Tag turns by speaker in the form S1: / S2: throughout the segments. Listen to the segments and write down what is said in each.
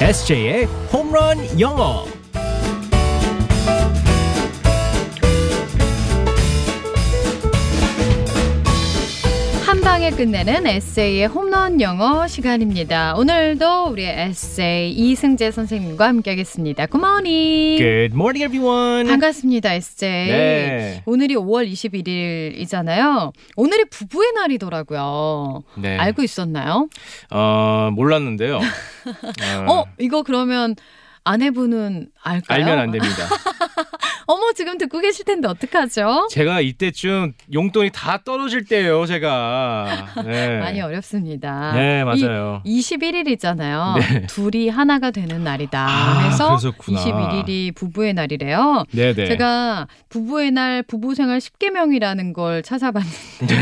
S1: SJ의 홈런 영어.
S2: 한 방에 끝내는 에세이의 홈런 영어 시간입니다. 오늘도 우리 에세이 이승재 선생님과 함께하겠습니다. 굿모닝.
S1: Good morning, everyone.
S2: 반갑습니다, 에세이.
S1: 네.
S2: 오늘이 5월 21일이잖아요. 오늘이 부부의 날이더라고요.
S1: 네.
S2: 알고 있었나요?
S1: 어, 몰랐는데요. 어,
S2: 어, 이거 그러면 아내분은 알까요?
S1: 알면 안 됩니다.
S2: 어머, 지금 듣고 계실 텐데 어떡하죠?
S1: 제가 이때쯤 용돈이 다 떨어질 때예요, 제가. 네.
S2: 많이 어렵습니다.
S1: 네, 맞아요.
S2: 21일이잖아요.
S1: 네.
S2: 둘이 하나가 되는 날이다.
S1: 아,
S2: 그래서
S1: 그랬었구나.
S2: 21일이 부부의 날이래요.
S1: 네, 네.
S2: 제가 부부의 날 부부 생활 10개명이라는 걸 찾아봤는데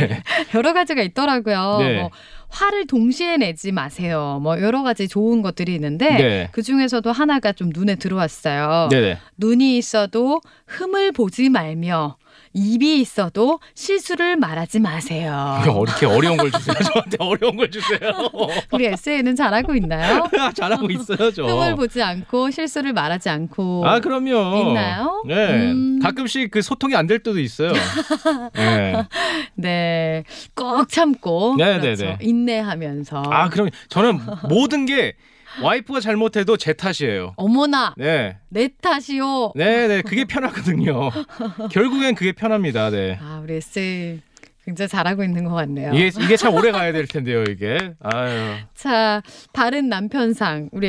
S1: 네.
S2: 여러 가지가 있더라고요.
S1: 네.
S2: 뭐 화를 동시에 내지 마세요. 뭐 여러 가지 좋은 것들이 있는데
S1: 네.
S2: 그 중에서도 하나가 좀 눈에 들어왔어요.
S1: 네, 네.
S2: 눈이 있어도 흠을 보지 말며 입이 있어도 실수를 말하지 마세요.
S1: 이렇게 어려운 걸 주세요. 저한테 어려운 걸 주세요. 아,
S2: 우리 에세이는 잘하고 있나요? 음,
S1: 잘하고 있어요, 저.
S2: 흠을 보지 않고 실수를 말하지 않고
S1: 아, 그럼요.
S2: 있나요?
S1: 네.
S2: 음.
S1: 가끔씩 그 소통이 안 될 때도 있어요. 네.
S2: 네, 꼭 참고
S1: 네,
S2: 그렇죠.
S1: 네, 네.
S2: 인내하면서
S1: 아, 그럼 저는 모든 게 와이프가 잘못해도 제 탓이에요.
S2: 어머나
S1: 네.
S2: 내 탓이요.
S1: 네, 네. 그게 편하거든요. 결국엔 그게 편합니다. 네.
S2: 아 우리 에세이 굉장히 잘하고 있는 것 같네요.
S1: 이게 이게 참 오래 가야 될 텐데요, 이게. 아유.
S2: 자, 바른 남편상 우리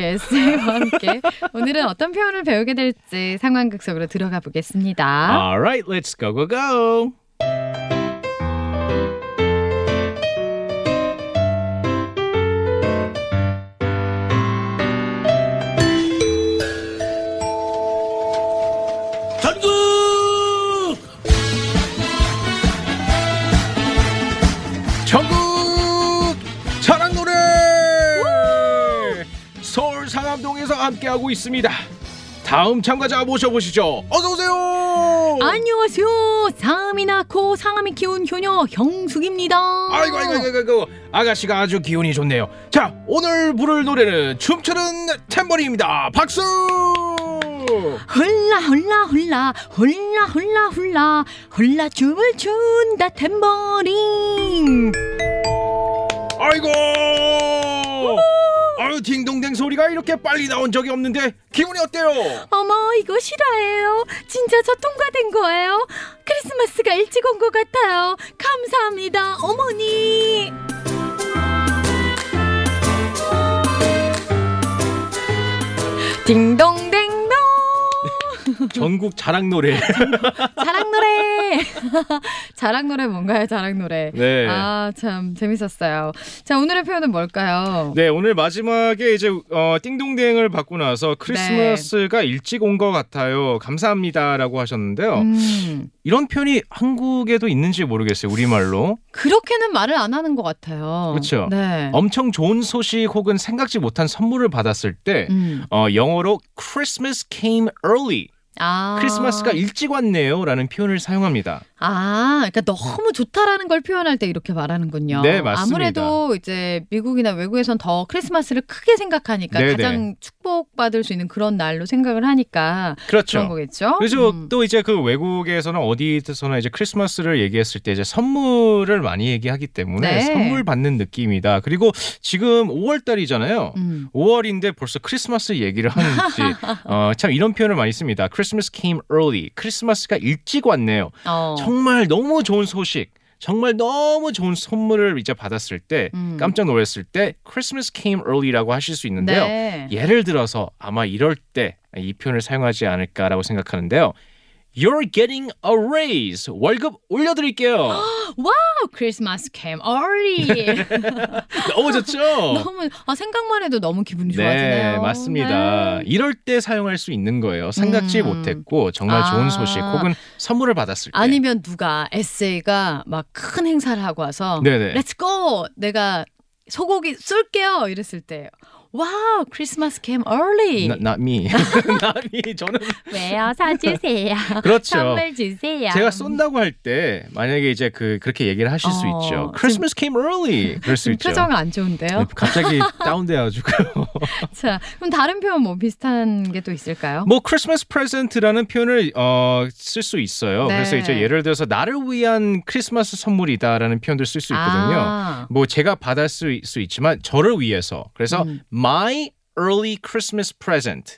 S2: 에세이와 함께 오늘은 어떤 표현을 배우게 될지 상황극 속으로 들어가 보겠습니다.
S1: All right, let's go go go.
S3: 전국
S1: 전국 사랑 노래 서울 상암동에서 함께하고 있습니다. 다음 참가자 모셔보시죠. 어서 오세요.
S2: 안녕하세요. 상암이 낳고 상암이 키운 효녀 형숙입니다.
S1: 아이고 아이고 아이고 아이고 아가씨가 아주 기운이 좋네요. 자 오늘 부를 노래는 춤추는 탬버린입니다. 박수.
S2: 훌라 훌라 훌라 훌라 훌라 훌라 훌라 춤을 춘다 탬버린
S1: 아이고. 아유 딩동댕 소리가 이렇게 빨리 나온 적이 없는데 기분이 어때요?
S2: 어머 이거 실화예요 진짜 저 통과된 거예요 크리스마스가 일찍 온 것 같아요 감사합니다 어머니 딩동댕동
S1: 전국 자랑 노래.
S2: 자랑 노래 자랑 노래 뭔가요 자랑 노래
S1: 네.
S2: 아 참 재밌었어요 자 오늘의 표현은 뭘까요
S1: 네 오늘 마지막에 이제 어, 띵동댕을 받고
S2: 네.
S1: 나서 크리스마스가 일찍 온 것 같아요. 감사합니다라고 하셨는데요.
S2: 음,
S1: 이런 표현이 한국에도 있는지 모르겠어요. 우리 말로
S2: 그렇게는 말을 안 하는 것 같아요
S1: 그쵸?
S2: 네
S1: 엄청 좋은 소식 혹은 생각지 못한 선물을 받았을 때
S2: 음.
S1: 어, 영어로 Christmas came early.
S2: 아.
S1: 크리스마스가 일찍 왔네요라는 표현을 사용합니다.
S2: 아, 그러니까 너무 좋다라는 걸 표현할 때 이렇게 말하는군요.
S1: 네, 맞습니다.
S2: 아무래도 이제 미국이나 외국에선 더 크리스마스를 크게 생각하니까
S1: 네,
S2: 가장 축복받을 수 있는 그런 날로 생각을 하니까 그런
S1: 그렇죠.
S2: 거겠죠.
S1: 그래서
S2: 음.
S1: 또 이제 그 외국에서는 어디서나 이제 크리스마스를 얘기했을 때 이제 선물을 많이 얘기하기 때문에
S2: 네.
S1: 선물 받는 느낌이다. 그리고 지금 5월 달이잖아요.
S2: 음.
S1: 5월인데 벌써 크리스마스 얘기를 하는지 어, 참 이런 표현을 많이 씁니다. Christmas came early. 크리스마스가 일찍 왔네요.
S2: 어.
S1: 정말 너무 좋은 소식, 정말 너무 좋은 선물을 이제 받았을 때
S2: 음.
S1: 깜짝 놀랐을 때 Christmas came early라고 하실 수 있는데요.
S2: 네.
S1: 예를 들어서 아마 이럴 때 이 표현을 사용하지 않을까라고 생각하는데요. You're getting a raise. 월급 올려드릴게요.
S2: 와우, 크리스마스 Oh, came early.
S1: 너무 좋죠?
S2: 너무 아, 생각만 해도 너무 기분이 좋아지네요.
S1: 어. 네, 맞습니다.
S2: 네.
S1: 이럴 때 사용할 수 있는 거예요. 생각지
S2: 음.
S1: 못했고 정말
S2: 아.
S1: 좋은 소식 혹은 선물을 받았을 때.
S2: 아니면 누가 에세이가 막 큰 행사를 하고 와서
S1: 네네.
S2: 렛츠 고 내가 소고기 쏠게요 이랬을 때 와우, 크리스마스 came early.
S1: Not, not me. not me. 저는
S2: 왜요? 사주세요.
S1: 그렇죠.
S2: 선물 주세요.
S1: 제가 쏜다고 할 때 만약에 이제 그 그렇게 얘기를 하실 수
S2: 어,
S1: 있죠.
S2: 지금-
S1: Christmas came early. 그럴 수
S2: 지금
S1: 있죠. 네.
S2: 표정 안 좋은데요?
S1: 갑자기 다운돼가지고
S2: 자, 그럼 다른 표현 뭐 비슷한 게 또 있을까요?
S1: 뭐 크리스마스 프레젠트라는 표현을 어, 쓸 수 있어요.
S2: 네.
S1: 그래서 이제 예를 들어서 나를 위한 크리스마스 선물이다라는 표현도 쓸 수 있거든요.
S2: 아,
S1: 뭐 제가 받을 수, 있- 수 있지만 저를 위해서 그래서
S2: 음.
S1: my early Christmas present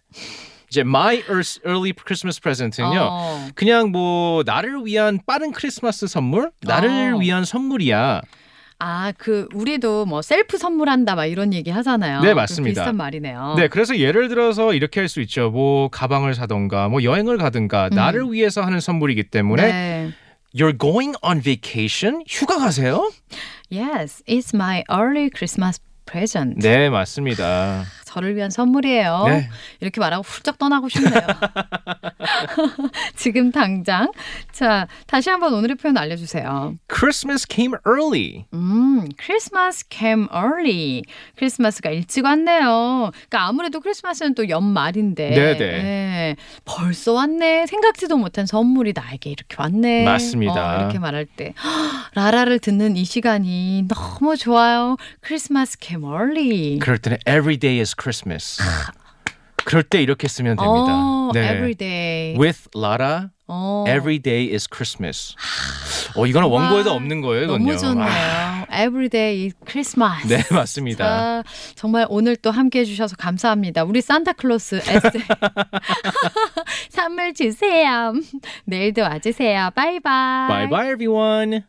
S1: 이제 my ear- early Christmas present는요
S2: 어.
S1: 그냥 뭐 나를 위한 빠른 크리스마스 선물 나를
S2: 어.
S1: 위한 선물이야
S2: 아, 그 우리도 뭐 셀프 선물한다 막 이런 얘기 하잖아요.
S1: 네,
S2: 그
S1: 맞습니다.
S2: 비슷한 말이네요.
S1: 네 그래서 예를 들어서 이렇게 할 수 있죠 뭐 가방을 사던가 뭐 여행을 가든가
S2: 음.
S1: 나를 위해서 하는 선물이기 때문에
S2: 네.
S1: you're going on vacation 휴가 가세요
S2: Yes, it's my early Christmas present.
S1: 네 맞습니다
S2: 저를 위한 선물이에요.
S1: 네.
S2: 이렇게 말하고 훌쩍 떠나고 싶네요. 지금 당장. 자, 다시 한번 오늘의 표현 알려주세요.
S1: Christmas came early
S2: 음, 크리스마스 came early. 크리스마스가 일찍 왔네요. 그러니까 아무래도 크리스마스는 또 연말인데.
S1: 네네.
S2: 예, 벌써 왔네. 생각지도 못한 선물이 나에게 이렇게 왔네.
S1: 맞습니다.
S2: 어, 이렇게 말할 때. 헉, 라라를 듣는 이 시간이 너무 좋아요. 크리스마스 came early.
S1: 그럴 때는 every day is Christmas. 그럴 때 이렇게 쓰면 됩니다. 네.
S2: 어, every day.
S1: With Lara,
S2: 어,
S1: every day is Christmas. 어, 이거는
S2: 정말
S1: 원고에도 없는 거예요, 이건요.
S2: 너무 좋네요.
S1: 아,
S2: every day is Christmas.
S1: 네, 맞습니다.
S2: 자, 정말 오늘 또 함께 해주셔서 감사합니다. 우리 산타클로스 에스 선물 주세요. 내일도 와주세요. 바이바이.
S1: 아, Bye bye everyone.